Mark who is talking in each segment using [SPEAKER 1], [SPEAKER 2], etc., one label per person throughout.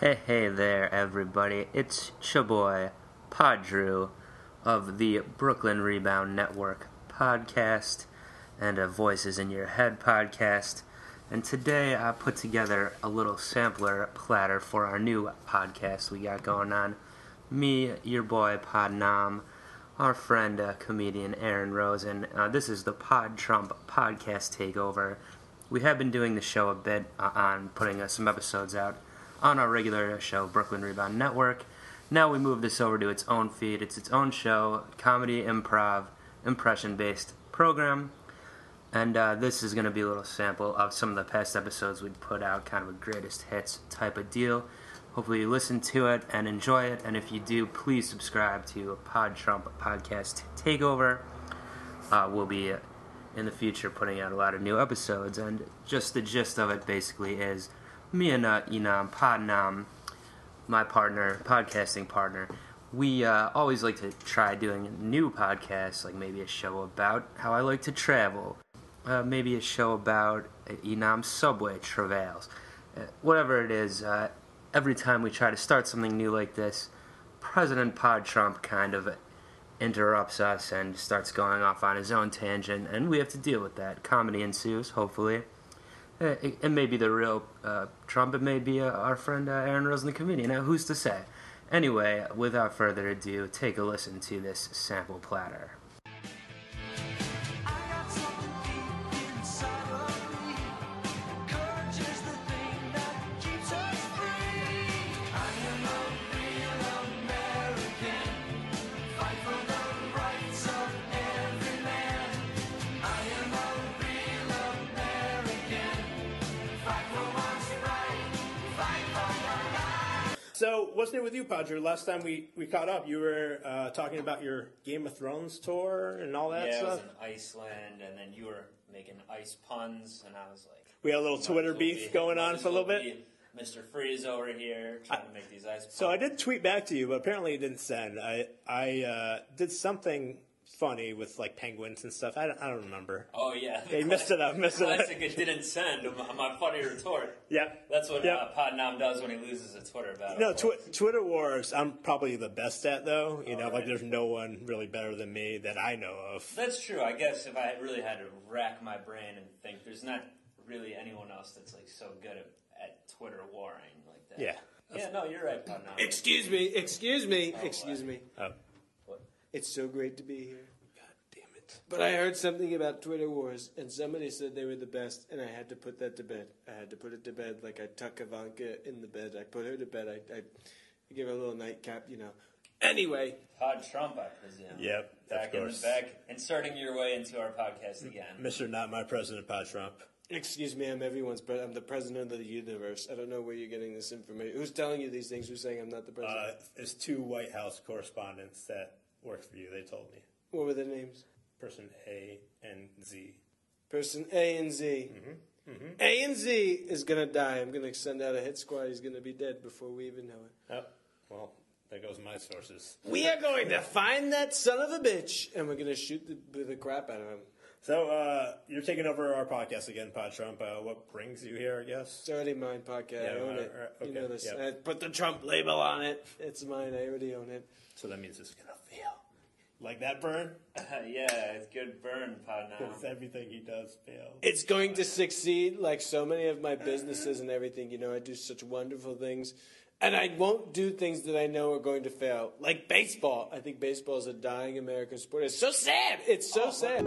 [SPEAKER 1] Hey, hey there, everybody. It's your boy, Podrew, of the Brooklyn Rebound Network podcast and a Voices in Your Head podcast. And today I put together a little sampler platter for our new podcast we got going on. Me, your boy, Podnom, our friend, uh, comedian Aaron Rose, and uh, this is the Pod Trump podcast takeover. We have been doing the show a bit uh, on putting uh, some episodes out on our regular show, Brooklyn Rebound Network. Now we move this over to its own feed. It's its own show, comedy, improv, impression based program. And uh, this is going to be a little sample of some of the past episodes we've put out, kind of a greatest hits type of deal. Hopefully, you listen to it and enjoy it. And if you do, please subscribe to Pod Trump Podcast Takeover. Uh, we'll be uh, in the future putting out a lot of new episodes. And just the gist of it basically is me and uh, Enam Podnam, my partner, podcasting partner, we uh, always like to try doing new podcasts, like maybe a show about how I like to travel, uh, maybe a show about Enam's subway travails, uh, whatever it is. Uh, every time we try to start something new like this, President Pod Trump kind of interrupts us and starts going off on his own tangent, and we have to deal with that. Comedy ensues, hopefully. Eh, It, it may be the real uh, Trump. It may be uh, our friend uh, Aaron Rosen, the comedian. Now, who's to say? Anyway, without further ado, take a listen to this sample platter.
[SPEAKER 2] I got something deep inside of me. Courage is the thing that keeps us free. I am a real American. Fight for the rights of every man. I am a real American. Fight for what's right. Fight for your life.
[SPEAKER 3] So, what's new with you, Podger? Last time we, we caught up, you were uh, talking about your Game of Thrones tour and all that
[SPEAKER 4] yeah, I
[SPEAKER 3] stuff.
[SPEAKER 4] was in Iceland, and then you were making ice puns, and I was like,
[SPEAKER 3] We had a little
[SPEAKER 4] might
[SPEAKER 3] Twitter
[SPEAKER 4] as well
[SPEAKER 3] beef
[SPEAKER 4] be-
[SPEAKER 3] going
[SPEAKER 4] might
[SPEAKER 3] on
[SPEAKER 4] as
[SPEAKER 3] for a little
[SPEAKER 4] well
[SPEAKER 3] bit.
[SPEAKER 4] be Mr. Freeze over here trying to make these ice puns.
[SPEAKER 3] So I did tweet back to you, but apparently it didn't send. I I uh, did something funny with like penguins and stuff. I don't, I don't remember.
[SPEAKER 4] Oh yeah,
[SPEAKER 3] They messed it up, messed it up.
[SPEAKER 4] Classic. It didn't send my, my funny retort.
[SPEAKER 3] Yep.
[SPEAKER 4] That's what
[SPEAKER 3] Yep.
[SPEAKER 4] uh, Podnam does when he loses a Twitter battle.
[SPEAKER 3] No, tw- Twitter wars. I'm probably the best at though. You know,
[SPEAKER 4] Alright.
[SPEAKER 3] like there's no one really better than me that I know of.
[SPEAKER 4] That's true. I guess if I really had to rack my brain and think, there's not really anyone else that's like so good at, at Twitter warring like that.
[SPEAKER 3] Yeah.
[SPEAKER 4] Yeah. No, you're right, Podnam.
[SPEAKER 5] Excuse me, excuse me, excuse me.
[SPEAKER 3] Oh,
[SPEAKER 4] What?
[SPEAKER 5] It's so great to be here.
[SPEAKER 3] damn it!
[SPEAKER 5] But I heard something about Twitter wars, and somebody said they were the best, and I had to put that to bed. I had to put it to bed like I tuck Ivanka in the bed. I put her to bed. I, I, I give her a little nightcap, you know. Anyway,
[SPEAKER 4] Pod Trump, I presume.
[SPEAKER 3] Yep, of
[SPEAKER 4] Back in the
[SPEAKER 3] course.
[SPEAKER 4] back, inserting your way into our podcast again.
[SPEAKER 3] Mister, not my president, Pod Trump.
[SPEAKER 5] excuse me, I'm everyone's, but I'm the president of the universe. I don't know where you're getting this information. Who's telling you these things? Who's saying I'm not the president?
[SPEAKER 3] Uh, there's two White House correspondents that work for you. They told me.
[SPEAKER 5] what were their names?
[SPEAKER 3] person A and Z.
[SPEAKER 5] Person A and Z. A and Z is gonna die. I'm gonna send out a hit squad. He's gonna be dead before we even know it.
[SPEAKER 3] Oh, well, there goes my sources.
[SPEAKER 5] We are going to find that son of a bitch, and we're gonna shoot the, the crap out of him.
[SPEAKER 3] So, uh, you're taking over our podcast again, Pod Trump. Uh, what brings you here, I guess?
[SPEAKER 5] It's already mine, podcast. I
[SPEAKER 3] Yeah,
[SPEAKER 5] own
[SPEAKER 3] uh,
[SPEAKER 5] it.
[SPEAKER 3] uh,
[SPEAKER 5] You
[SPEAKER 3] okay,
[SPEAKER 5] know this.
[SPEAKER 3] yeah.
[SPEAKER 5] I put the Trump label on it. It's mine. I already own it.
[SPEAKER 3] So that means it's gonna fail. Like that burn?
[SPEAKER 4] yeah, it's good burn,
[SPEAKER 3] Because
[SPEAKER 4] Podnam.
[SPEAKER 3] everything he does fails.
[SPEAKER 5] It's going to succeed, like so many of my businesses and everything. You know, I do such wonderful things, and I won't do things that I know are going to fail, like baseball. I think baseball is a dying American sport. It's so sad. It's so sad.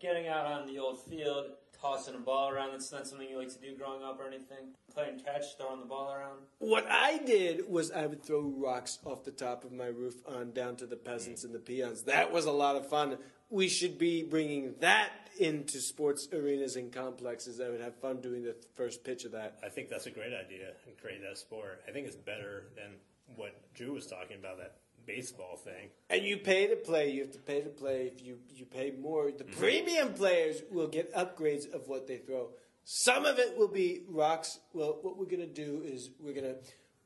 [SPEAKER 4] Getting out on the old field, tossing a ball around, that's not something you like to do growing up or anything. Playing catch, throwing the ball around.
[SPEAKER 5] What I did was I would throw rocks off the top of my roof on down to the peasants and the peons. That was a lot of fun. We should be bringing that into sports arenas and complexes. I would have fun doing the first pitch of that.
[SPEAKER 3] I think that's a great idea and create that sport. I think it's better than what Drew was talking about, that baseball thing.
[SPEAKER 5] And you pay to play. You have to pay to play. If you, you pay more, the premium players will get upgrades of what they throw. Some of it will be rocks. Well, what we're gonna do is we're gonna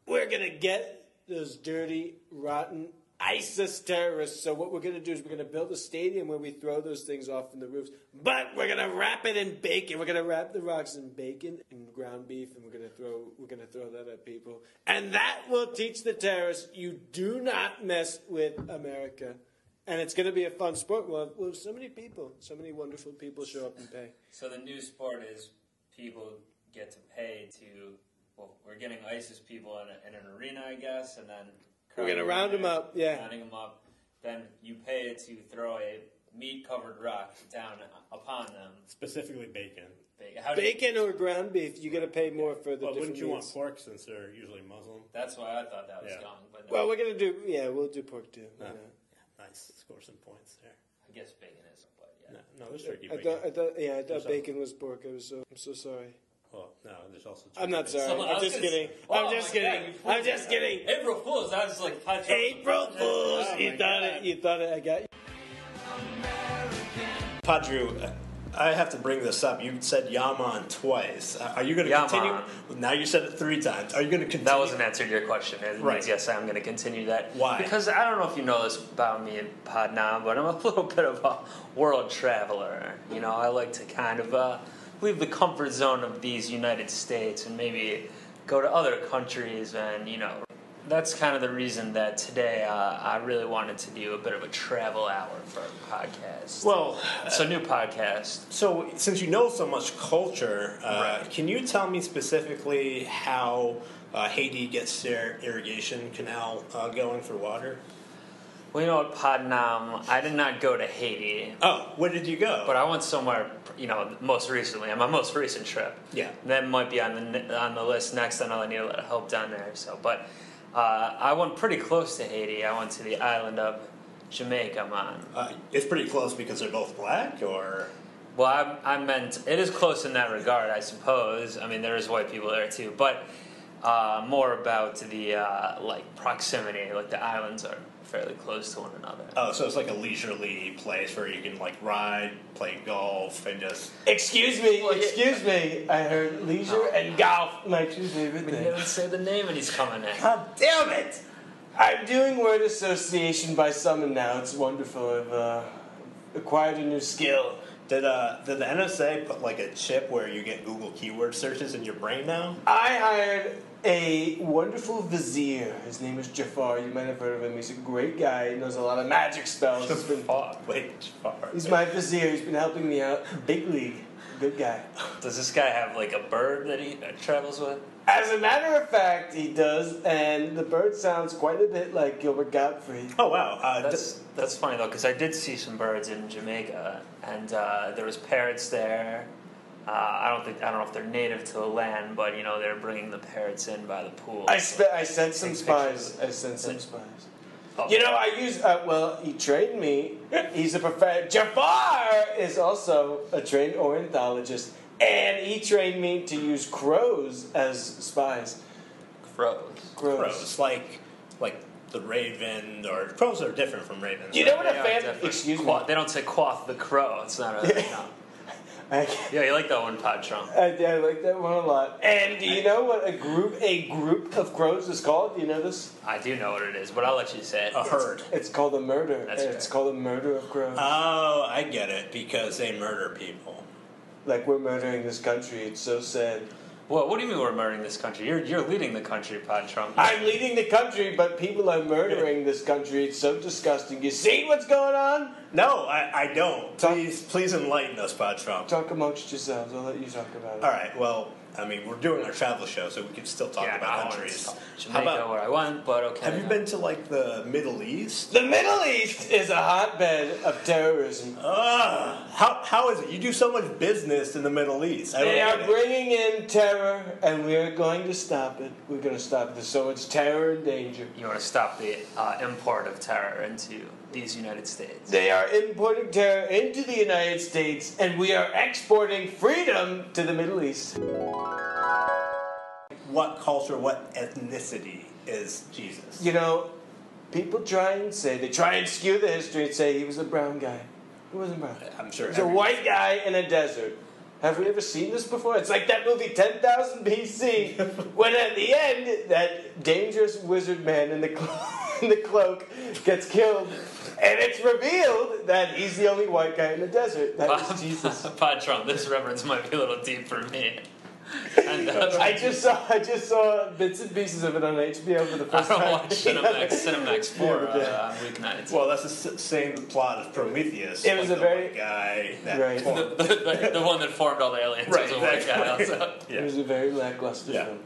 [SPEAKER 5] we're gonna get those dirty, rotten, ISIS terrorists. So what we're going to do is we're going to build a stadium where we throw those things off from the roofs, but we're going to wrap it in bacon. We're going to wrap the rocks in bacon and ground beef, and we're going to throw we're going to throw that at people, and that will teach the terrorists you do not mess with America. And it's going to be a fun sport. Well, well, so many people, so many wonderful people show up and pay.
[SPEAKER 4] So the new sport is people get to pay to. Well, we're getting ISIS people in, a, in an arena, I guess, and then
[SPEAKER 5] We're gonna round 'em up, yeah.
[SPEAKER 4] rounding them up. Then you pay to throw a meat-covered rock down upon them.
[SPEAKER 3] specifically bacon.
[SPEAKER 4] Ba- How do you-
[SPEAKER 5] Bacon or ground beef, you're going to pay more for the
[SPEAKER 3] But
[SPEAKER 5] different
[SPEAKER 3] wouldn't you want
[SPEAKER 5] meats.
[SPEAKER 3] pork since they're usually Muslim?
[SPEAKER 4] that's why I thought that was
[SPEAKER 3] Yeah.
[SPEAKER 4] gone, but
[SPEAKER 5] Well, we're going to do, yeah, we'll do pork too.
[SPEAKER 3] No.
[SPEAKER 5] Yeah.
[SPEAKER 3] Nice, score some points there.
[SPEAKER 4] I guess bacon is. But yeah,
[SPEAKER 3] No, no there's turkey
[SPEAKER 5] I
[SPEAKER 3] bacon.
[SPEAKER 5] thought, I thought, yeah, I
[SPEAKER 3] There's
[SPEAKER 5] thought
[SPEAKER 3] some-
[SPEAKER 5] bacon was pork. I was so, I'm so sorry.
[SPEAKER 3] Well, no, there's also.
[SPEAKER 5] I'm not
[SPEAKER 3] turkey bacon.
[SPEAKER 5] sorry.
[SPEAKER 4] Someone- I
[SPEAKER 5] I'm
[SPEAKER 4] was
[SPEAKER 5] just
[SPEAKER 4] gonna
[SPEAKER 5] kidding.
[SPEAKER 4] say-
[SPEAKER 5] I'm
[SPEAKER 4] Oh
[SPEAKER 5] just
[SPEAKER 4] my God,
[SPEAKER 5] kidding.
[SPEAKER 4] you
[SPEAKER 5] I'm
[SPEAKER 4] pulled
[SPEAKER 5] just
[SPEAKER 4] it.
[SPEAKER 5] kidding.
[SPEAKER 4] April Fools. I was like, hot
[SPEAKER 5] April Fools.
[SPEAKER 3] Oh
[SPEAKER 5] you
[SPEAKER 3] my
[SPEAKER 5] thought it.
[SPEAKER 3] God.
[SPEAKER 5] You thought it. I got you.
[SPEAKER 3] Padru, I have to bring this up. You said Yaman twice. Are you going to
[SPEAKER 1] Yaman.
[SPEAKER 3] continue? Now you said it three times. Are you going to continue?
[SPEAKER 1] That wasn't answered your question. It means
[SPEAKER 3] Right.
[SPEAKER 1] Yes, I'm going to continue that.
[SPEAKER 3] Why?
[SPEAKER 1] Because I don't know if you know this about me and Padnam, but I'm a little bit of a world traveler. You know, I like to kind of uh, leave the comfort zone of these United States and maybe go to other countries and, you know, that's kind of the reason that today uh, I really wanted to do a bit of a travel hour for a podcast.
[SPEAKER 3] Well,
[SPEAKER 1] it's a new podcast.
[SPEAKER 3] so since you know so much culture, uh,
[SPEAKER 1] Right.
[SPEAKER 3] can you tell me specifically how uh, Haiti gets their irrigation canal uh, going for water?
[SPEAKER 1] Well, you know what, Padnam, I did not go to Haiti.
[SPEAKER 3] Oh, where did you go?
[SPEAKER 1] But I went somewhere, you know, most recently on my most recent trip.
[SPEAKER 3] Yeah.
[SPEAKER 1] that might be on the ne- on the list next. I know I need a lot of help down there. So, but uh, I went pretty close to Haiti. I went to the island of Jamaica. I'm on.
[SPEAKER 3] uh, it's pretty close because they're both black, or
[SPEAKER 1] Well, I, I meant it is close in that regard, I suppose. I mean, there is white people there too, but uh, more about the uh, like proximity. Like the islands are fairly close to one another.
[SPEAKER 3] oh, so it's like a leisurely place where you can like ride, play golf, and just
[SPEAKER 5] Excuse me.
[SPEAKER 1] Well, yeah.
[SPEAKER 5] excuse me. I heard leisure and golf. My two favorite
[SPEAKER 1] I mean, you don't say the name, and he's coming in.
[SPEAKER 5] God damn it! I'm doing word association by summon now. It's wonderful. I've uh, acquired a new skill.
[SPEAKER 3] Did uh did the NSA put like a chip where you get Google keyword searches in your brain now?
[SPEAKER 5] I hired a wonderful vizier. His name is Jafar. You might have heard of him. He's a great guy. He knows a lot of magic spells. He's been-
[SPEAKER 3] Wait, far.
[SPEAKER 5] He's my vizier. He's been helping me out. Big league. Good guy.
[SPEAKER 1] Does this guy have like a bird that he uh, travels with?
[SPEAKER 5] As a matter of fact, he does, and the bird sounds quite a bit like Gilbert Gottfried.
[SPEAKER 3] Oh wow, uh, d-
[SPEAKER 1] That's that's funny though, because I did see some birds in Jamaica, and uh, there was parrots there. Uh, I don't think I don't know if they're native to the land, but you know they're bringing the parrots in by the pool.
[SPEAKER 5] I, spe- I sent some
[SPEAKER 1] Take pictures.
[SPEAKER 5] spies. I sent some spies.
[SPEAKER 1] Oh.
[SPEAKER 5] You know, I use. Uh, well, he trained me. He's a professor. Jafar is also a trained ornithologist, and he trained me to use crows as spies.
[SPEAKER 1] crows.
[SPEAKER 5] Crows.
[SPEAKER 3] crows like like the raven or crows are different from ravens.
[SPEAKER 5] You
[SPEAKER 3] right?
[SPEAKER 5] know what a
[SPEAKER 1] They are
[SPEAKER 5] fan?
[SPEAKER 1] different.
[SPEAKER 5] Excuse me.
[SPEAKER 1] Qua- They don't say quaff the crow. It's not a. no.
[SPEAKER 5] I,
[SPEAKER 1] Yeah, you like that one, Pod Trump.
[SPEAKER 5] I, I like that one a lot. And do you know what a group a group of crows is called? Do you know this?
[SPEAKER 1] I do know what it is, but I'll let you say it.
[SPEAKER 3] a herd.
[SPEAKER 5] It's called a murder.
[SPEAKER 1] That's Uh.
[SPEAKER 5] and it's
[SPEAKER 1] right.
[SPEAKER 5] called a murder of crows.
[SPEAKER 3] Oh, I get it because they murder people.
[SPEAKER 5] like we're murdering this country. It's so sad.
[SPEAKER 1] Well, what do you mean we're murdering this country? You're you're leading the country, Pod Trump.
[SPEAKER 5] I'm leading the country, but people are murdering this country. It's so disgusting. You see what's going on?
[SPEAKER 3] No, I, I don't. Please please enlighten us, Pod Trump.
[SPEAKER 5] Talk amongst yourselves. I'll let you talk about it.
[SPEAKER 3] All right, well, I mean we're doing our travel show, so we can still talk
[SPEAKER 1] yeah, I
[SPEAKER 3] about
[SPEAKER 1] don't
[SPEAKER 3] countries.
[SPEAKER 1] want to-
[SPEAKER 3] How
[SPEAKER 1] Jamaica,
[SPEAKER 3] about
[SPEAKER 1] where I went, but okay.
[SPEAKER 3] have you been to like the Middle East?
[SPEAKER 5] The Middle East is a hotbed of terrorism.
[SPEAKER 3] Ugh, Ah, how, how is it? You do so much business in the Middle East. I don't
[SPEAKER 5] They
[SPEAKER 3] get
[SPEAKER 5] are
[SPEAKER 3] it.
[SPEAKER 5] bringing in terror, and we are going to stop it. We're going to stop it. There's so much terror and danger.
[SPEAKER 1] You want to stop the uh, import of terror into these United States.
[SPEAKER 5] They are importing terror into the United States, and we are exporting freedom to the Middle East.
[SPEAKER 3] What culture, what ethnicity is Jesus?
[SPEAKER 5] You know, people try and say, they try and skew the history and say he was a brown guy. He wasn't brown.
[SPEAKER 3] I'm sure.
[SPEAKER 5] He's a
[SPEAKER 3] every-
[SPEAKER 5] white guy in a desert. Have we ever seen this before? It's like that movie 10,000 BC, when at the end, that dangerous wizard man in the cloak. in the cloak gets killed, and it's revealed that he's the only white guy in the desert. That is Jesus.
[SPEAKER 4] Patron, this reference might be a little deep for me. And, uh,
[SPEAKER 5] I just saw I just saw bits and pieces of it on HBO for the
[SPEAKER 4] I
[SPEAKER 5] first
[SPEAKER 4] don't
[SPEAKER 5] time.
[SPEAKER 4] watch Cinemax, Cinemax 4
[SPEAKER 5] Yeah,
[SPEAKER 4] uh, on weeknights.
[SPEAKER 3] Well, that's the s- same plot as Prometheus.
[SPEAKER 5] It was
[SPEAKER 3] like
[SPEAKER 5] a
[SPEAKER 3] the
[SPEAKER 5] very-
[SPEAKER 3] white guy. That
[SPEAKER 5] Right.
[SPEAKER 3] formed-
[SPEAKER 4] the, the, the one that formed all the aliens
[SPEAKER 3] Right,
[SPEAKER 4] was a white guy
[SPEAKER 3] exactly.
[SPEAKER 4] also.
[SPEAKER 5] It was a very lackluster
[SPEAKER 3] Yeah.
[SPEAKER 5] film.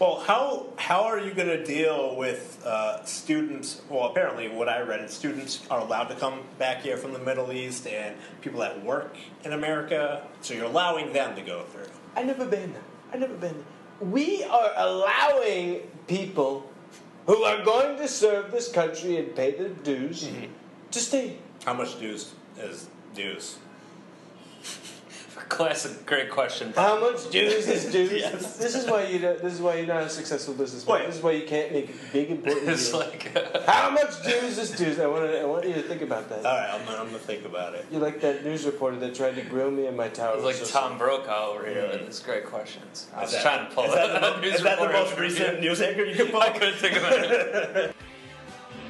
[SPEAKER 3] Well, how how are you going to deal with uh, students? Well, apparently, what I read is students are allowed to come back here from the Middle East, and people that work in America. So you're allowing them to go through.
[SPEAKER 5] I never been there. I never been there. We are allowing people who are going to serve this country and pay their dues to stay.
[SPEAKER 3] How much dues is dues?
[SPEAKER 4] Classic, great question.
[SPEAKER 5] How much dues is dues? This is why you don't, this is why you're not a successful businessman.
[SPEAKER 3] Wait.
[SPEAKER 5] This is why you can't make big important
[SPEAKER 4] It's
[SPEAKER 5] deals.
[SPEAKER 4] like, uh,
[SPEAKER 5] How much dues is dues? I want I want you to think about that.
[SPEAKER 3] All right, I'm, I'm gonna think about it.
[SPEAKER 5] you like that news reporter that tried to grill me in my tower?
[SPEAKER 4] it's like
[SPEAKER 5] So-
[SPEAKER 4] Tom Brokaw over here with his great questions. I
[SPEAKER 3] Mm.
[SPEAKER 4] was
[SPEAKER 3] Is that-
[SPEAKER 4] trying to pull
[SPEAKER 3] is
[SPEAKER 4] it
[SPEAKER 3] that the
[SPEAKER 4] up.
[SPEAKER 3] mo-
[SPEAKER 4] News
[SPEAKER 3] Is that the
[SPEAKER 4] reporter
[SPEAKER 3] most
[SPEAKER 4] over here.
[SPEAKER 3] recent news anchor you can pull?
[SPEAKER 4] I couldn't think about it.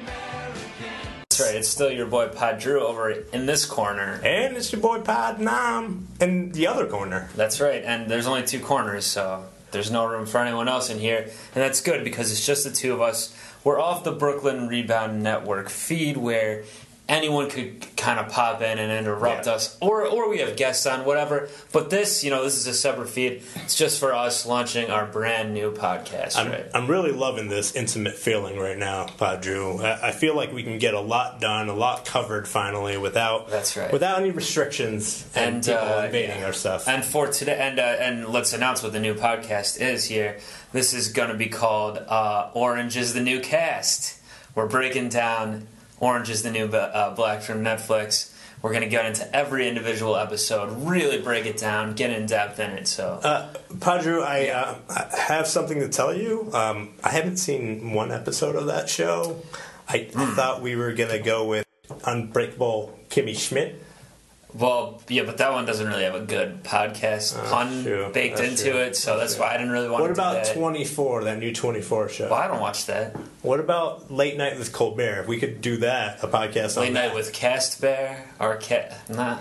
[SPEAKER 4] That's right. It's still your boy Padru over in this corner.
[SPEAKER 3] And it's your boy Pod Nam in the other corner.
[SPEAKER 4] That's right. And there's only two corners, so there's no room for anyone else in here. And that's good because it's just the two of us. We're off the Brooklyn Rebound Network feed where anyone could kind of pop in and interrupt
[SPEAKER 3] Yeah.
[SPEAKER 4] us or or we have guests on whatever but this you know this is a separate feed it's just for us launching our brand new podcast
[SPEAKER 3] I'm,
[SPEAKER 4] right
[SPEAKER 3] I'm really loving this intimate feeling right now, Padru. I, I feel like we can get a lot done, a lot covered finally without
[SPEAKER 4] That's right.
[SPEAKER 3] without any restrictions and,
[SPEAKER 4] And,
[SPEAKER 3] people
[SPEAKER 4] uh,
[SPEAKER 3] invading
[SPEAKER 4] yeah.
[SPEAKER 3] our stuff.
[SPEAKER 4] And for today, and uh, and let's announce what the new podcast is here. This is going to be called uh, "Orange Is the New Cast." We're breaking down "Orange Is the New Ba- uh, Black" from Netflix. We're going to get into every individual episode, really break it down, get in depth in it. So
[SPEAKER 3] uh, Padru, I, uh, I have something to tell you. Um, I haven't seen one episode of that show. I thought we were gonna go with Unbreakable Kimmy Schmidt.
[SPEAKER 4] Well, yeah, but that one doesn't really have a good podcast
[SPEAKER 3] uh,
[SPEAKER 4] pun
[SPEAKER 3] true.
[SPEAKER 4] baked
[SPEAKER 3] That's
[SPEAKER 4] into
[SPEAKER 3] true.
[SPEAKER 4] it, so that's why I didn't really want
[SPEAKER 3] What
[SPEAKER 4] to. do
[SPEAKER 3] about
[SPEAKER 4] that.
[SPEAKER 3] Twenty Four? That new Twenty Four show.
[SPEAKER 4] Well, I don't watch that.
[SPEAKER 3] What about Late Night with Colbert? If we could do that, a podcast
[SPEAKER 4] Late
[SPEAKER 3] on
[SPEAKER 4] night
[SPEAKER 3] that.
[SPEAKER 4] with Cast Bear or Cat. Nah,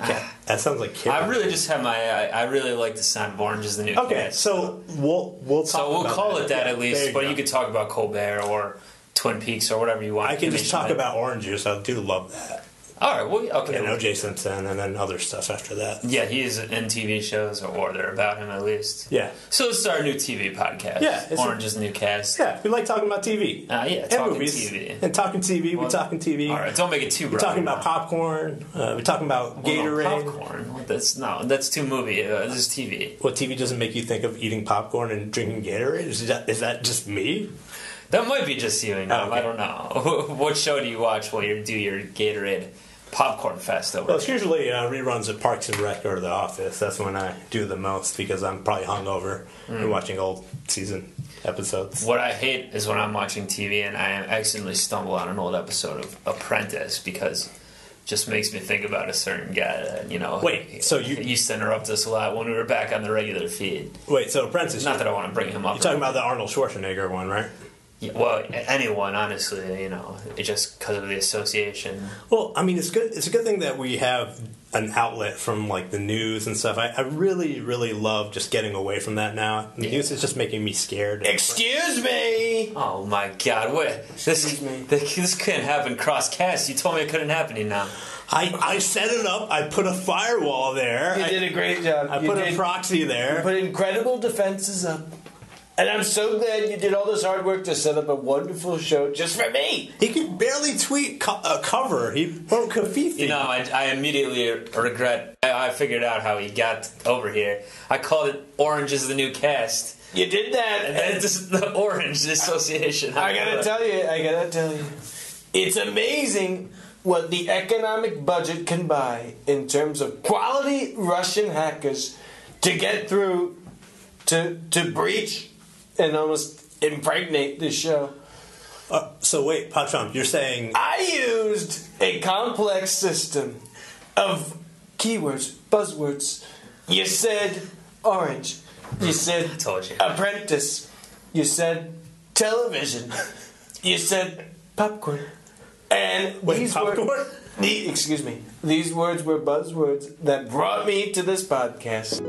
[SPEAKER 3] that sounds like kid.
[SPEAKER 4] I really just have my. I, I really like the sound of Orange is the New
[SPEAKER 3] Okay,
[SPEAKER 4] Cast.
[SPEAKER 3] so we'll we'll talk
[SPEAKER 4] So we'll
[SPEAKER 3] about
[SPEAKER 4] call it that
[SPEAKER 3] Yeah, there
[SPEAKER 4] at least, but
[SPEAKER 3] go.
[SPEAKER 4] you could talk about Colbert or Twin Peaks or whatever you want.
[SPEAKER 3] I can
[SPEAKER 4] Give me
[SPEAKER 3] just talk
[SPEAKER 4] some-
[SPEAKER 3] about orange juice. I do love that.
[SPEAKER 4] All right. Well, okay.
[SPEAKER 3] And OJ Simpson, and then other stuff after that.
[SPEAKER 4] Yeah, he is in TV shows, or, or they're about him at least.
[SPEAKER 3] Yeah,
[SPEAKER 4] So it's our new TV podcast.
[SPEAKER 3] Yeah, it's a-
[SPEAKER 4] Orange is the New Cast.
[SPEAKER 3] yeah. We like talking about TV
[SPEAKER 4] Ah, yeah,
[SPEAKER 3] and
[SPEAKER 4] talking
[SPEAKER 3] movies
[SPEAKER 4] TV.
[SPEAKER 3] and talking TV.
[SPEAKER 4] Well,
[SPEAKER 3] we talking TV.
[SPEAKER 4] All right, don't make it too.
[SPEAKER 3] We're
[SPEAKER 4] broad.
[SPEAKER 3] talking about popcorn. Uh, we're talking about
[SPEAKER 4] Well, no,
[SPEAKER 3] Gatorade.
[SPEAKER 4] popcorn. That's no, that's too movie. Uh, this is TV.
[SPEAKER 3] What TV doesn't make you think of eating popcorn and drinking Gatorade? Is that, is that just me?
[SPEAKER 4] That might be just you. and
[SPEAKER 3] Oh, okay.
[SPEAKER 4] I don't know. what show do you watch while you do your Gatorade popcorn fest over?
[SPEAKER 3] Well, it's usually uh, reruns of Parks and Rec or The Office. That's when I do the most because I'm probably hungover
[SPEAKER 4] Hmm.
[SPEAKER 3] and watching old season episodes.
[SPEAKER 4] What I hate is when I'm watching TV and I accidentally stumble on an old episode of Apprentice because it just makes me think about a certain guy that, you know.
[SPEAKER 3] Wait, so you-
[SPEAKER 4] he used to interrupt us a lot when we were back on the regular feed.
[SPEAKER 3] Wait, so Apprentice?
[SPEAKER 4] Not that I want to bring him up.
[SPEAKER 3] You're talking about the Arnold Schwarzenegger one, right?
[SPEAKER 4] Well, a- anyone, honestly, you know, it just because of the association.
[SPEAKER 3] Well, I mean, it's good. It's a good thing that we have an outlet from like the news and stuff. I, I really, really love just getting away from that now. The news is just making me scared.
[SPEAKER 5] Excuse me.
[SPEAKER 4] Oh my God! What this
[SPEAKER 5] Excuse me.
[SPEAKER 4] this couldn't happen cross cast. You told me it couldn't happen. You know.
[SPEAKER 3] I, I set it up. I put a firewall there.
[SPEAKER 5] You
[SPEAKER 3] I,
[SPEAKER 5] did a great job.
[SPEAKER 3] I
[SPEAKER 5] You
[SPEAKER 3] put
[SPEAKER 5] did-
[SPEAKER 3] a proxy there.
[SPEAKER 5] put incredible defenses up. And I'm so glad you did all this hard work to set up a wonderful show just for me.
[SPEAKER 3] he could barely tweet co- a cover. He wrote Kafifi.
[SPEAKER 4] You know, I, I immediately regret. I, I figured out how he got over here. I called it "Orange is the New Cast,"
[SPEAKER 5] You did that.
[SPEAKER 4] and then this is the Orange Association.
[SPEAKER 5] I gotta tell you, I gotta tell you, it's amazing what the economic budget can buy in terms of quality Russian hackers to get through, to to breach, and almost impregnate the show.
[SPEAKER 3] Uh, so wait, Patron, you're saying
[SPEAKER 5] I used a complex system of keywords, buzzwords. You said orange. You said
[SPEAKER 4] Hmm. Told you.
[SPEAKER 5] apprentice. You said television. You said popcorn. And these were-
[SPEAKER 6] popcorn?
[SPEAKER 5] the, excuse me. These words were buzzwords that brought me to this podcast.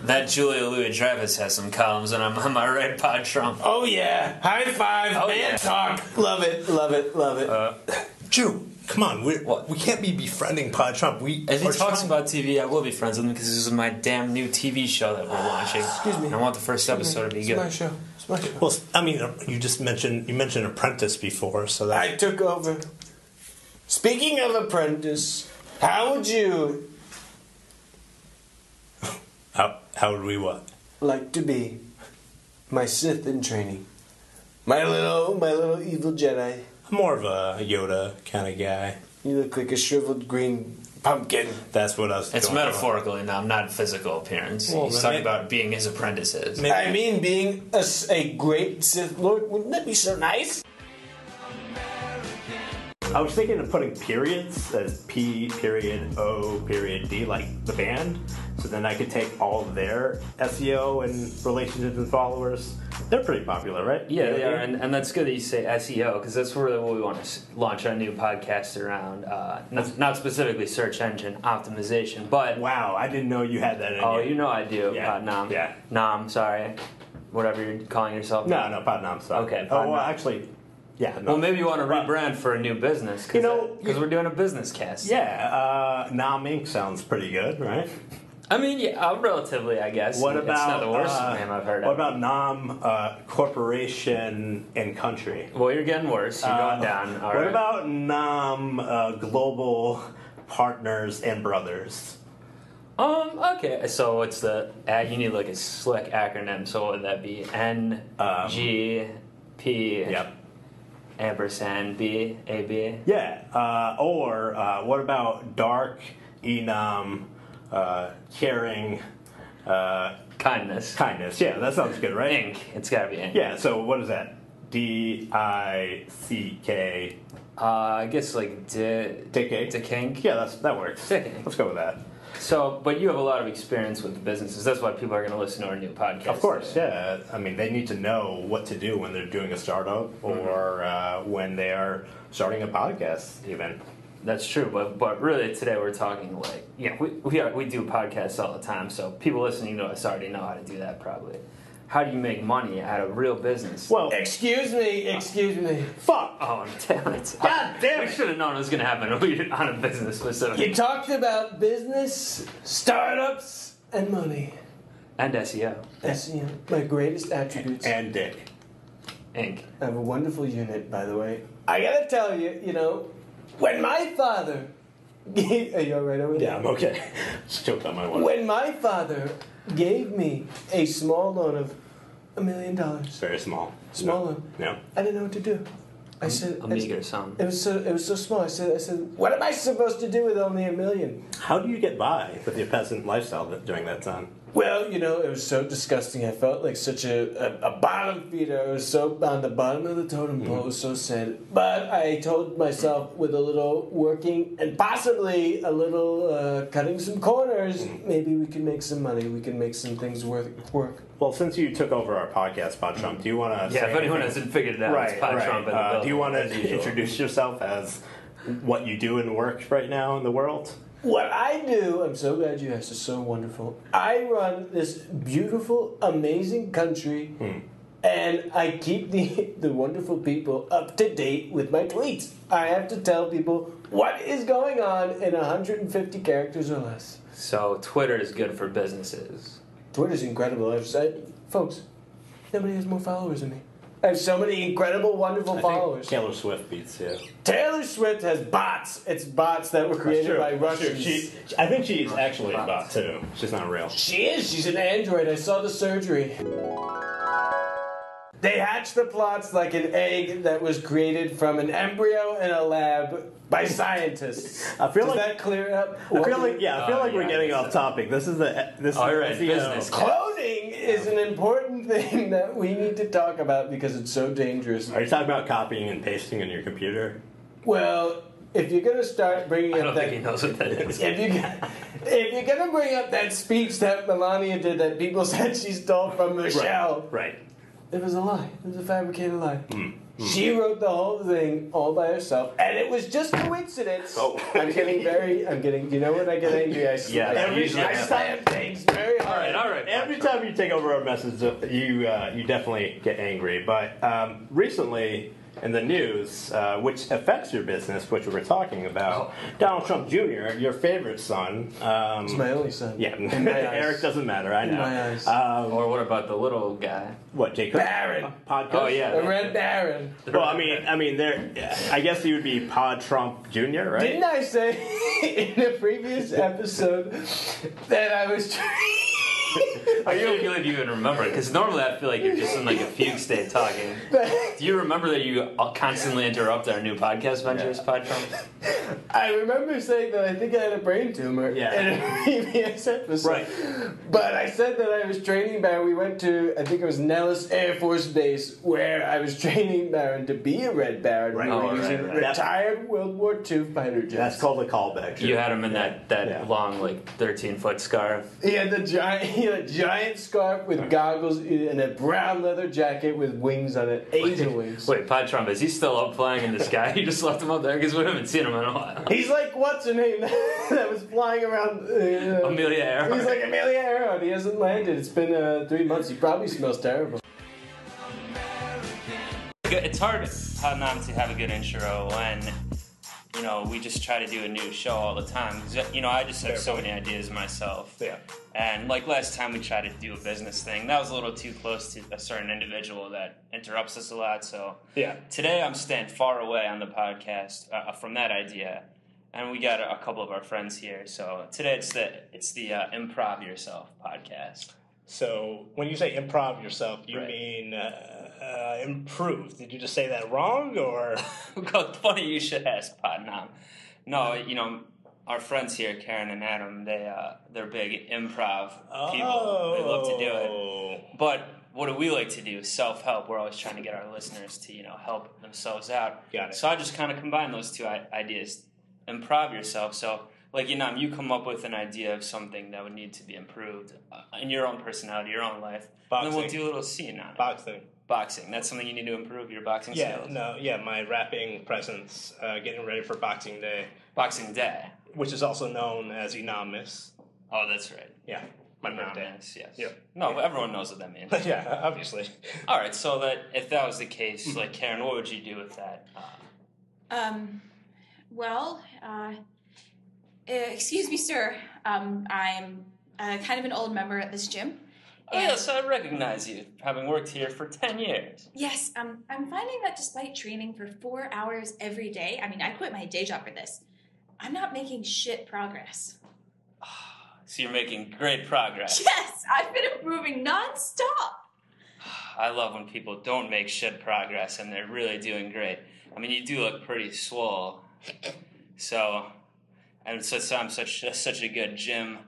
[SPEAKER 4] That Julia Louis Travis has some columns, and I'm on my red pod Trump.
[SPEAKER 5] Oh yeah! High five,
[SPEAKER 4] Oh,
[SPEAKER 5] man
[SPEAKER 4] yeah. Uh,
[SPEAKER 5] talk. Love it, love it, love it.
[SPEAKER 6] Jew, come on. We're,
[SPEAKER 4] What?
[SPEAKER 6] We can't be befriending Pod Trump. We
[SPEAKER 4] As he
[SPEAKER 6] are
[SPEAKER 4] talks
[SPEAKER 6] trying-
[SPEAKER 4] about TV, I will be friends with him because this is my damn new TV show that we're launching. Excuse
[SPEAKER 5] me.
[SPEAKER 4] And I want the first episode to be
[SPEAKER 5] it's
[SPEAKER 4] good.
[SPEAKER 5] my show. It's my show.
[SPEAKER 6] Well, I mean, you just mentioned you mentioned Apprentice before, so that
[SPEAKER 5] I took over. Speaking of apprentice, how would you
[SPEAKER 6] how how would we what?
[SPEAKER 5] like to be my Sith in training? My little, my little evil Jedi.
[SPEAKER 6] I'm more of a Yoda kind of guy.
[SPEAKER 5] You look like a shriveled green pumpkin.
[SPEAKER 6] That's what I was.
[SPEAKER 4] It's
[SPEAKER 6] going
[SPEAKER 4] metaphorically now, not physical appearance.
[SPEAKER 6] Well,
[SPEAKER 4] He's
[SPEAKER 6] then
[SPEAKER 4] talking
[SPEAKER 6] may-
[SPEAKER 4] about being his apprentices.
[SPEAKER 6] Maybe-
[SPEAKER 5] I mean, being a, s- a great Sith Lord, wouldn't that be so nice?
[SPEAKER 3] I was thinking of putting periods as P period O period D, like the band. So then I could take all their SEO and relationships and followers. They're pretty popular, right?
[SPEAKER 4] Yeah, they are, and, and that's good that you say SEO because that's really what we want to s- launch our new podcast around. Uh, not, not specifically search engine optimization, but
[SPEAKER 3] Wow, I didn't know you had that in
[SPEAKER 4] oh,
[SPEAKER 3] you.
[SPEAKER 4] you know I do.
[SPEAKER 3] Yeah,
[SPEAKER 4] Uh, nom.
[SPEAKER 3] yeah.
[SPEAKER 4] Nom. Sorry, whatever you're calling yourself.
[SPEAKER 3] No, no, Podnam stuff.
[SPEAKER 4] Okay,
[SPEAKER 3] Oh, well,
[SPEAKER 4] Podnam.
[SPEAKER 3] actually, yeah. No.
[SPEAKER 4] Well, maybe you want to
[SPEAKER 3] Well,
[SPEAKER 4] rebrand for a new business. Cause
[SPEAKER 3] You know,
[SPEAKER 4] because we're doing a business cast.
[SPEAKER 3] Yeah, uh, Nam Inc. sounds pretty good, right?
[SPEAKER 4] I mean, yeah, uh, relatively, I guess.
[SPEAKER 3] What
[SPEAKER 4] it's
[SPEAKER 3] about
[SPEAKER 4] not the worst
[SPEAKER 3] uh,
[SPEAKER 4] name I've heard
[SPEAKER 3] What
[SPEAKER 4] of.
[SPEAKER 3] about Nam uh, Corporation and Country?
[SPEAKER 4] well, you're getting worse. You're going
[SPEAKER 3] Uh,
[SPEAKER 4] down. All
[SPEAKER 3] what
[SPEAKER 4] right.
[SPEAKER 3] about Nam uh, Global Partners and Brothers?
[SPEAKER 4] Um. Okay. So what's the? Uh, you need like a slick acronym. So what would that be? N
[SPEAKER 3] Um,
[SPEAKER 4] G P
[SPEAKER 3] Yep.
[SPEAKER 4] ampersand B A B.
[SPEAKER 3] Yeah. Uh, or uh, what about Dark Enam uh, Caring uh,
[SPEAKER 4] Kindness.
[SPEAKER 3] Kindness? Yeah, that sounds good, right?
[SPEAKER 4] Inc. It's gotta be Inc.
[SPEAKER 3] Yeah. So what is that? D I C K.
[SPEAKER 4] Uh, I guess like di
[SPEAKER 3] Dick.
[SPEAKER 4] Dick Inc.
[SPEAKER 3] Yeah, that's that works.
[SPEAKER 4] Dick Inc.
[SPEAKER 3] Let's go with that.
[SPEAKER 4] So, but you have a lot of experience with the businesses. That's why people are gonna listen to our new podcast.
[SPEAKER 3] Of course, yeah. I mean, they need to know what to do when they're doing a startup
[SPEAKER 4] Mm-hmm.
[SPEAKER 3] or uh, when they are starting a podcast, even.
[SPEAKER 4] That's true, but but really today we're talking like yeah we we, are, we do podcasts all the time, so people listening to us already know how to do that probably. How do you make money out of real business?
[SPEAKER 3] Well,
[SPEAKER 5] Excuse me, excuse me.
[SPEAKER 3] fuck!
[SPEAKER 4] Oh, damn it.
[SPEAKER 5] God damn
[SPEAKER 4] We
[SPEAKER 5] it.
[SPEAKER 4] should have known it was going to happen We- on a business
[SPEAKER 5] You
[SPEAKER 4] specific.
[SPEAKER 5] talked about business, startups, and money.
[SPEAKER 4] And E SEO.
[SPEAKER 5] That's you know, my greatest attributes.
[SPEAKER 3] And Dick.
[SPEAKER 4] Inc.
[SPEAKER 5] I have a wonderful unit, by the way. I gotta tell you, you know, when my father, are you all right over there?
[SPEAKER 3] Yeah, I'm okay. Just choked on my water.
[SPEAKER 5] When my father gave me a small loan of a million
[SPEAKER 3] It's
[SPEAKER 5] dollars,
[SPEAKER 3] very small.
[SPEAKER 5] small
[SPEAKER 3] No.
[SPEAKER 5] loan,
[SPEAKER 3] No.
[SPEAKER 5] I didn't know what to do. I said,
[SPEAKER 4] A
[SPEAKER 5] I s-
[SPEAKER 4] meager sum.
[SPEAKER 5] it was so, it was so small. I said, I said, what am I supposed to do with only a million?
[SPEAKER 3] How do you get by with your peasant lifestyle that- during that time?
[SPEAKER 5] Well, you know, it was so disgusting. I felt like such a, a, a bottom feeder. I was so on the bottom of the totem pole. It was so sad. But I told myself, with a little working and possibly a little uh, cutting some corners, maybe we can make some money. We can make some things worth work.
[SPEAKER 3] Well, since you took over our podcast, Pod Trump, do you want to
[SPEAKER 4] Yeah, if anyone hasn't figured it out,
[SPEAKER 3] Right,
[SPEAKER 4] it's Pod
[SPEAKER 3] right.
[SPEAKER 4] Trump in the
[SPEAKER 3] Uh, do you
[SPEAKER 4] building,
[SPEAKER 3] want
[SPEAKER 4] as
[SPEAKER 3] to
[SPEAKER 4] usual.
[SPEAKER 3] introduce yourself as what you do in work right now in the world?
[SPEAKER 5] What I do, I'm so glad you asked. It's so wonderful. I run this beautiful, amazing country, and I keep the the wonderful people up to date with my tweets. I have to tell people what is going on in 150 characters or less.
[SPEAKER 4] So, Twitter is good for businesses.
[SPEAKER 5] Twitter's incredible. I've said, folks, nobody has more followers than me. I have so many incredible, wonderful followers.
[SPEAKER 3] Taylor Swift beats you.
[SPEAKER 5] Taylor Swift has bots. It's bots that were created by Russians.
[SPEAKER 3] She, I think she's actually a bot too. She's not real.
[SPEAKER 5] She is. She's an android. I saw the surgery. They hatched the plots like an egg that was created from an embryo in a lab by scientists.
[SPEAKER 3] I feel
[SPEAKER 5] Does
[SPEAKER 3] like-
[SPEAKER 5] that clear up?
[SPEAKER 3] I feel like yeah. I feel
[SPEAKER 4] Oh,
[SPEAKER 3] like
[SPEAKER 4] yeah,
[SPEAKER 3] we're getting
[SPEAKER 4] I
[SPEAKER 3] off topic. This is the E this
[SPEAKER 4] All
[SPEAKER 3] is
[SPEAKER 4] right,
[SPEAKER 3] the, you know,
[SPEAKER 4] business.
[SPEAKER 5] Cloning is an important thing that we need to talk about because it's so dangerous.
[SPEAKER 3] Are you talking about copying and pasting on your computer?
[SPEAKER 5] Well, if you're gonna start bringing
[SPEAKER 4] I
[SPEAKER 5] up
[SPEAKER 4] don't
[SPEAKER 5] that
[SPEAKER 4] think he knows what that is.
[SPEAKER 5] If you if you're gonna bring up that speech that Melania did that people said she stole from Michelle,
[SPEAKER 3] Right.
[SPEAKER 5] It was a lie. It was a fabricated lie.
[SPEAKER 7] Hmm.
[SPEAKER 5] She wrote the whole thing all by herself, and it was just coincidence.
[SPEAKER 7] Oh.
[SPEAKER 5] I'm getting very. I'm getting. You know when I get angry, I
[SPEAKER 7] Yeah,
[SPEAKER 5] I,
[SPEAKER 7] that
[SPEAKER 5] every,
[SPEAKER 7] usually
[SPEAKER 5] I
[SPEAKER 7] happens.
[SPEAKER 5] slam things very hard.
[SPEAKER 4] all right.
[SPEAKER 7] Every time you take over a message, uh, you uh, you definitely get angry. But um, recently in the news, uh, which affects your business, which we were talking
[SPEAKER 5] Oh.
[SPEAKER 7] about, Donald Trump Jr., your favorite son. Um,
[SPEAKER 5] It's my only son.
[SPEAKER 7] yeah,
[SPEAKER 5] In my eyes.
[SPEAKER 7] Eric doesn't matter. I know.
[SPEAKER 5] In my eyes.
[SPEAKER 7] Um,
[SPEAKER 4] Or what about the little guy?
[SPEAKER 7] what Jake
[SPEAKER 5] Barron.
[SPEAKER 7] podcast?
[SPEAKER 4] Oh yeah.
[SPEAKER 5] A red baron.
[SPEAKER 7] Well, I mean, I mean, there. I guess he would be Pod Trump Jr., right?
[SPEAKER 5] Didn't I say in a previous episode that I was?
[SPEAKER 4] I don't feel like you even remember it because normally I feel like you're just in like a fugue state talking. Do you remember that you uh, constantly interrupt our new podcast ventures, Pod Trump?
[SPEAKER 5] I remember saying that I think I had a brain tumor
[SPEAKER 7] Yeah.
[SPEAKER 5] in a previous episode.
[SPEAKER 7] Right.
[SPEAKER 5] But I said that I was training Baron. We went to, I think it was Nellis Air Force Base, where I was training Baron to be a Red Baron.
[SPEAKER 7] Right.
[SPEAKER 5] We were
[SPEAKER 4] Oh, right,
[SPEAKER 5] using
[SPEAKER 7] right.
[SPEAKER 5] retired World War II fighter jets.
[SPEAKER 7] That's called a callback.
[SPEAKER 4] You had him in that that
[SPEAKER 7] Yeah.
[SPEAKER 4] long like 13 foot scarf.
[SPEAKER 5] He had the giant, he had a giant scarf with goggles and a brown leather jacket with wings on it, angel wings.
[SPEAKER 4] Wait, Pod Trump, is he still up flying in the sky? You just left him up there because we haven't seen him in a while.
[SPEAKER 5] He's like what's her name that was flying around. uh,
[SPEAKER 4] Amelia
[SPEAKER 5] He's
[SPEAKER 4] Earhart.
[SPEAKER 5] like Amelia Earhart. He hasn't landed. It's been uh, three months. He probably smells terrible.
[SPEAKER 4] It's hard how not to have a good intro when you know we just try to do a new show all the time. 'Cause, You know, I just have so many ideas myself.
[SPEAKER 3] Yeah.
[SPEAKER 4] And like last time, we tried to do a business thing. That was a little too close to a certain individual that interrupts us a lot. So
[SPEAKER 3] Yeah.
[SPEAKER 4] today, I'm staying far away on the podcast uh, from that idea. And we got a, a couple of our friends here. So today, it's the it's the uh, Improv Yourself podcast.
[SPEAKER 3] So when you say improv yourself, you
[SPEAKER 4] Right.
[SPEAKER 3] mean uh, uh, improve. Did you just say that wrong or?
[SPEAKER 4] Well, funny you should ask, Pod Nom. No, you know our friends here, Karen and Adam. They uh, they're big improv people. They love to do
[SPEAKER 3] Oh.
[SPEAKER 4] it. But what do we like to do? Self help. We're always trying to get our listeners to you know help themselves out.
[SPEAKER 3] Got it.
[SPEAKER 4] So I just kind of combine those two i- ideas. Improv yourself. So like you know, you come up with an idea of something that would need to be improved uh, in your own personality, your own life. And then we'll
[SPEAKER 3] Boxing.
[SPEAKER 4] do a little scene on it.
[SPEAKER 3] Boxing.
[SPEAKER 4] boxing. That's something you need to improve your boxing
[SPEAKER 3] Yeah,
[SPEAKER 4] skills.
[SPEAKER 3] no, yeah, my rapping presence, uh, getting ready for Boxing Day,
[SPEAKER 4] Boxing day.
[SPEAKER 3] which is also known as Enamis.
[SPEAKER 4] Oh, that's right.
[SPEAKER 3] Yeah,
[SPEAKER 4] My
[SPEAKER 3] my birthday.
[SPEAKER 4] Yes.
[SPEAKER 3] Yeah.
[SPEAKER 4] No, everyone knows what that means.
[SPEAKER 3] yeah, obviously.
[SPEAKER 4] All right. So that if that was the case, like Karen, what would you do with that? Mm-hmm. Uh,
[SPEAKER 8] Um, well, uh, eh, excuse me, sir. Um, I'm uh, kind of an old member at this gym.
[SPEAKER 4] oh, yes, I recognize you, having worked here for ten years.
[SPEAKER 8] Yes, um, I'm finding that despite training for four hours every day, I mean, I quit my day job for this, I'm not making shit progress.
[SPEAKER 4] So you're making great progress.
[SPEAKER 8] Yes, I've been improving nonstop.
[SPEAKER 4] I love when people don't make shit progress and they're really doing great. I mean, you do look pretty swole. So, and since I'm such such a good gym,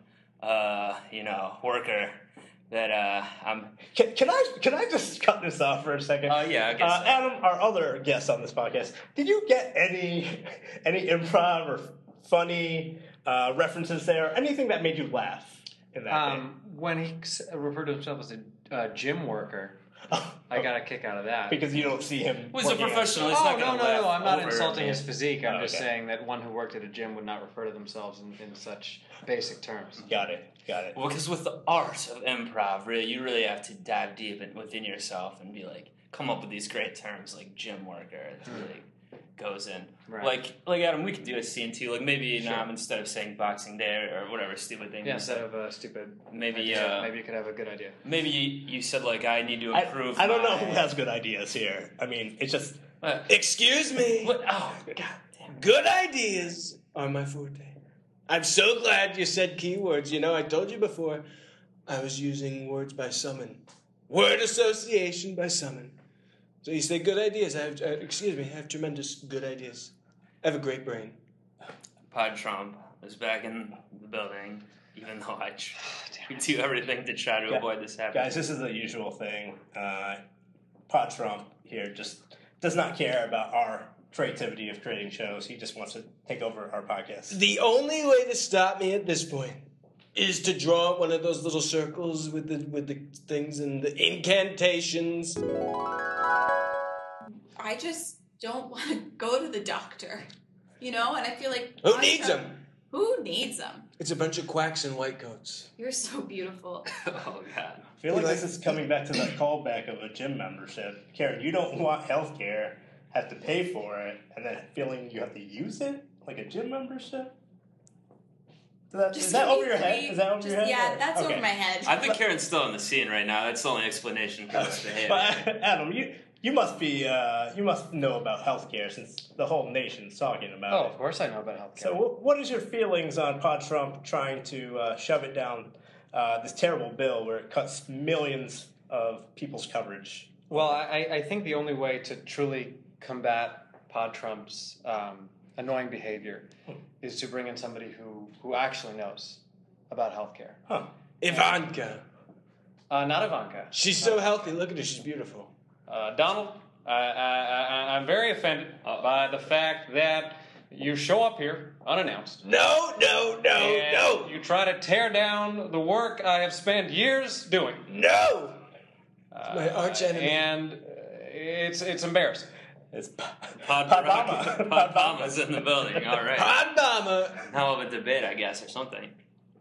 [SPEAKER 4] uh, you know, worker, that uh, I'm.
[SPEAKER 3] Can, can I can I just cut this off for a second?
[SPEAKER 4] Oh yeah, I guess.
[SPEAKER 3] Uh, Adam, our other guest on this podcast, did you get any any improv or funny uh, references there? Anything that made you laugh in that?
[SPEAKER 9] Um, when he s- referred to himself as a uh, gym worker,
[SPEAKER 3] thing?
[SPEAKER 9] I got a kick out of that.
[SPEAKER 3] because you don't see him.
[SPEAKER 4] Well, he's a
[SPEAKER 3] working out.
[SPEAKER 4] professional. He's
[SPEAKER 9] oh
[SPEAKER 4] not
[SPEAKER 9] no
[SPEAKER 4] gonna
[SPEAKER 9] no
[SPEAKER 4] laugh
[SPEAKER 9] no! I'm not
[SPEAKER 4] over
[SPEAKER 9] insulting
[SPEAKER 4] me.
[SPEAKER 9] his physique. I'm
[SPEAKER 3] Oh,
[SPEAKER 9] just
[SPEAKER 3] okay.
[SPEAKER 9] saying that one who worked at a gym would not refer to themselves in, in such basic terms.
[SPEAKER 3] Got it. Got it.
[SPEAKER 4] Well, because with the art of improv, really, you really have to dive deep in, within yourself and be like, come up with these great terms like gym worker. It
[SPEAKER 3] Hmm.
[SPEAKER 4] really goes in.
[SPEAKER 9] Right.
[SPEAKER 4] Like, like Adam, we could do a scene too. Like maybe
[SPEAKER 9] Sure.
[SPEAKER 4] um, instead of saying boxing day or, or whatever stupid thing,
[SPEAKER 9] Yeah,
[SPEAKER 4] you
[SPEAKER 9] instead
[SPEAKER 4] said,
[SPEAKER 9] of a stupid.
[SPEAKER 4] Maybe,
[SPEAKER 9] idea,
[SPEAKER 4] uh,
[SPEAKER 9] maybe you could have a good idea.
[SPEAKER 4] maybe you, you said like I need to
[SPEAKER 3] I,
[SPEAKER 4] improve.
[SPEAKER 3] I don't know
[SPEAKER 4] my-
[SPEAKER 3] who has good ideas here. I mean, it's just
[SPEAKER 4] Uh,
[SPEAKER 5] Excuse me.
[SPEAKER 4] what? Oh God damn!
[SPEAKER 5] Good ideas are my forte. I'm so glad you said keywords. You know, I told you before, I was using words by summon, word association by summon. So you say good ideas. I have, uh, excuse me, I have tremendous good ideas. I have a great brain.
[SPEAKER 4] Pod Trump is back in the building, even though I tr- we do everything to try to
[SPEAKER 3] Yeah.
[SPEAKER 4] avoid this happening.
[SPEAKER 3] guys, this is the usual thing. Uh, Pod Trump here just does not care about our creativity of creating shows. He just wants to take over our podcast.
[SPEAKER 5] The only way to stop me at this point
[SPEAKER 10] is to draw one of those little circles with the with the things and the incantations.
[SPEAKER 8] I just don't want to go to the doctor, you know. And I feel like
[SPEAKER 10] Who needs them?
[SPEAKER 8] Who needs them?
[SPEAKER 10] It's a bunch of quacks in white coats.
[SPEAKER 8] You're so beautiful.
[SPEAKER 9] Oh god.
[SPEAKER 3] I feel like this is coming back to the callback of a gym membership. Karen, you don't want health care, have to pay for it, and then feeling you have to use it like a gym membership? Is that, is
[SPEAKER 8] Just
[SPEAKER 3] that
[SPEAKER 8] give
[SPEAKER 3] over
[SPEAKER 8] me
[SPEAKER 3] your head?
[SPEAKER 8] three-
[SPEAKER 3] Is that over your
[SPEAKER 8] just-
[SPEAKER 3] head?
[SPEAKER 8] Yeah,
[SPEAKER 3] Or-
[SPEAKER 8] that's
[SPEAKER 3] okay.
[SPEAKER 8] over my head.
[SPEAKER 4] I think Karen's still in the scene right now. That's the only explanation for this behavior.
[SPEAKER 3] But Adam, you you must be uh, you must know about healthcare since the whole nation's talking about
[SPEAKER 9] Oh,
[SPEAKER 3] it.
[SPEAKER 9] of course I know about healthcare.
[SPEAKER 3] So, wh- what is your feelings on Pod Trump trying to uh, shove it down uh, this terrible bill where it cuts millions of people's coverage?
[SPEAKER 9] Well, I, I- I think the only way to truly combat Pod Trump's um, annoying behavior is to bring in somebody who, who actually knows about healthcare.
[SPEAKER 3] Huh.
[SPEAKER 10] Ivanka,
[SPEAKER 9] Uh, not Ivanka.
[SPEAKER 10] she's so healthy. Look at her; she's beautiful.
[SPEAKER 9] Uh, Donald, I, I, I, I'm very offended uh, by the fact that you show up here unannounced.
[SPEAKER 10] No, no, no,
[SPEAKER 9] and
[SPEAKER 10] no,
[SPEAKER 9] You try to tear down the work I have spent years doing.
[SPEAKER 10] no.
[SPEAKER 9] Uh,
[SPEAKER 10] my arch enemy.
[SPEAKER 9] And uh, it's, it's embarrassing.
[SPEAKER 3] It's
[SPEAKER 4] Pod
[SPEAKER 3] Obama.
[SPEAKER 4] Pod Obama's in the building. All right.
[SPEAKER 10] Pod Bomber,
[SPEAKER 4] Hell of a debate, I guess, or something.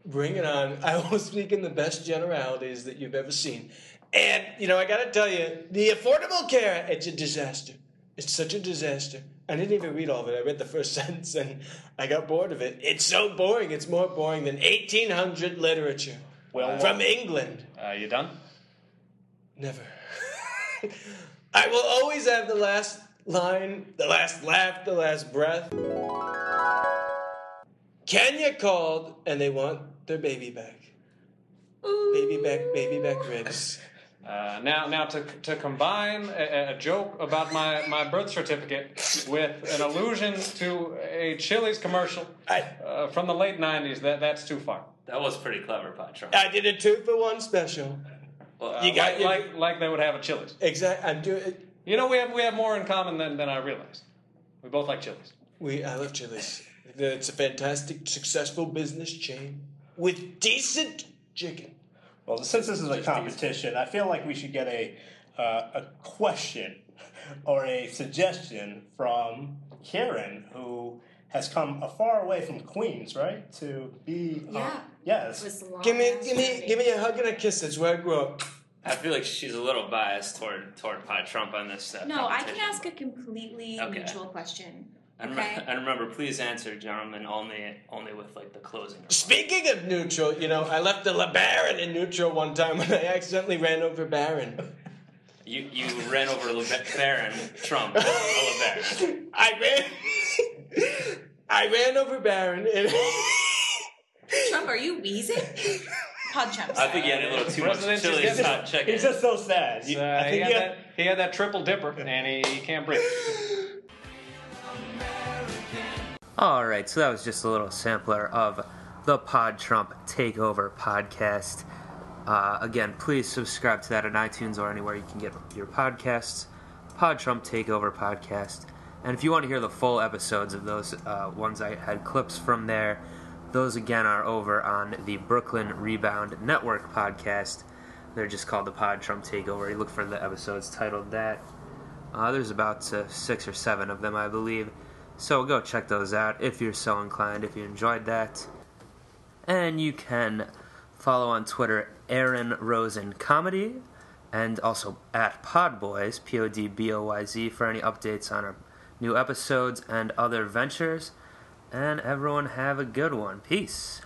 [SPEAKER 10] bring it on. I will speak in the best generalities that you've ever seen. And you know, I gotta tell you, the Affordable Care Act—it's a disaster. It's such a disaster. I didn't even read all of it. I read the first sentence and I got bored of it. It's so boring. It's more boring than 1800 literature
[SPEAKER 9] Well-
[SPEAKER 10] from England.
[SPEAKER 9] Uh, you done?
[SPEAKER 10] Never. I will always have the last line, the last laugh, the last breath. Kenya called and they want their baby back. Baby back, baby back ribs.
[SPEAKER 9] Uh, now, now to, to combine a, a joke about my, my birth certificate with an allusion to a Chili's commercial
[SPEAKER 10] I,
[SPEAKER 9] uh, from the late '90s, that that's too far.
[SPEAKER 4] That was pretty clever, Pod Trump.
[SPEAKER 10] I did a two for one special.
[SPEAKER 9] Uh,
[SPEAKER 10] You
[SPEAKER 9] like,
[SPEAKER 10] got your-
[SPEAKER 9] like like they would have a Chili's.
[SPEAKER 10] Exact. I'm doing.
[SPEAKER 9] You know, we have we have more in common than, than I realized. We both like Chili's.
[SPEAKER 10] We. I love Chili's. It's a fantastic, successful business chain with decent chicken.
[SPEAKER 3] well, since this is a competition, I feel like we should get a uh, a question or a suggestion from Karen, who has come a far way from Queens, right, to be on-
[SPEAKER 8] Yeah.
[SPEAKER 3] yes,
[SPEAKER 8] Was long
[SPEAKER 10] Give me,
[SPEAKER 8] ass
[SPEAKER 10] give me,
[SPEAKER 8] movie.
[SPEAKER 10] give me a hug and a kiss. That's where I grew up.
[SPEAKER 4] I feel like she's a little biased toward toward Pod Trump on this. Uh,
[SPEAKER 8] No, I can
[SPEAKER 4] competition.
[SPEAKER 8] ask a completely
[SPEAKER 4] Okay.
[SPEAKER 8] neutral question.
[SPEAKER 4] And,
[SPEAKER 8] Okay.
[SPEAKER 4] remember, and remember, please answer, gentlemen, only only with like the closing. remarks.
[SPEAKER 10] Speaking of neutral, you know, I left the LeBaron in neutral one time when I accidentally ran over Baron.
[SPEAKER 4] You you ran over LeBaron Baron Trump. Oh, LeBaron.
[SPEAKER 10] I ran. I ran over Baron and.
[SPEAKER 8] Trump, are you wheezing? Oh, Pod Trump.
[SPEAKER 4] I think you had a little too much
[SPEAKER 9] President just
[SPEAKER 4] chili
[SPEAKER 9] gets it.
[SPEAKER 4] hot chicken.
[SPEAKER 3] he's just so sad. You-
[SPEAKER 9] Uh,
[SPEAKER 3] I
[SPEAKER 9] he,
[SPEAKER 3] think
[SPEAKER 9] had
[SPEAKER 3] you have-
[SPEAKER 9] that, he had that triple dipper, and he, he can't breathe.
[SPEAKER 1] All right, so that was just a little sampler of the Pod Trump Takeover podcast. Uh, again, please subscribe to that on iTunes or anywhere you can get your podcasts. Pod Trump Takeover podcast. And if you want to hear the full episodes of those uh, ones, I had clips from there. Those again are over on the Brooklyn Rebound Network podcast. They're just called the Pod Trump Takeover. You look for the episodes titled that. Uh, there's about uh, six or seven of them, I believe. So go check those out if you're so inclined, if you enjoyed that. And you can follow on Twitter Aaron Rosen Comedy and also at Podboys, P O D B O Y Z, for any updates on our new episodes and other ventures. And everyone have a good one. Peace.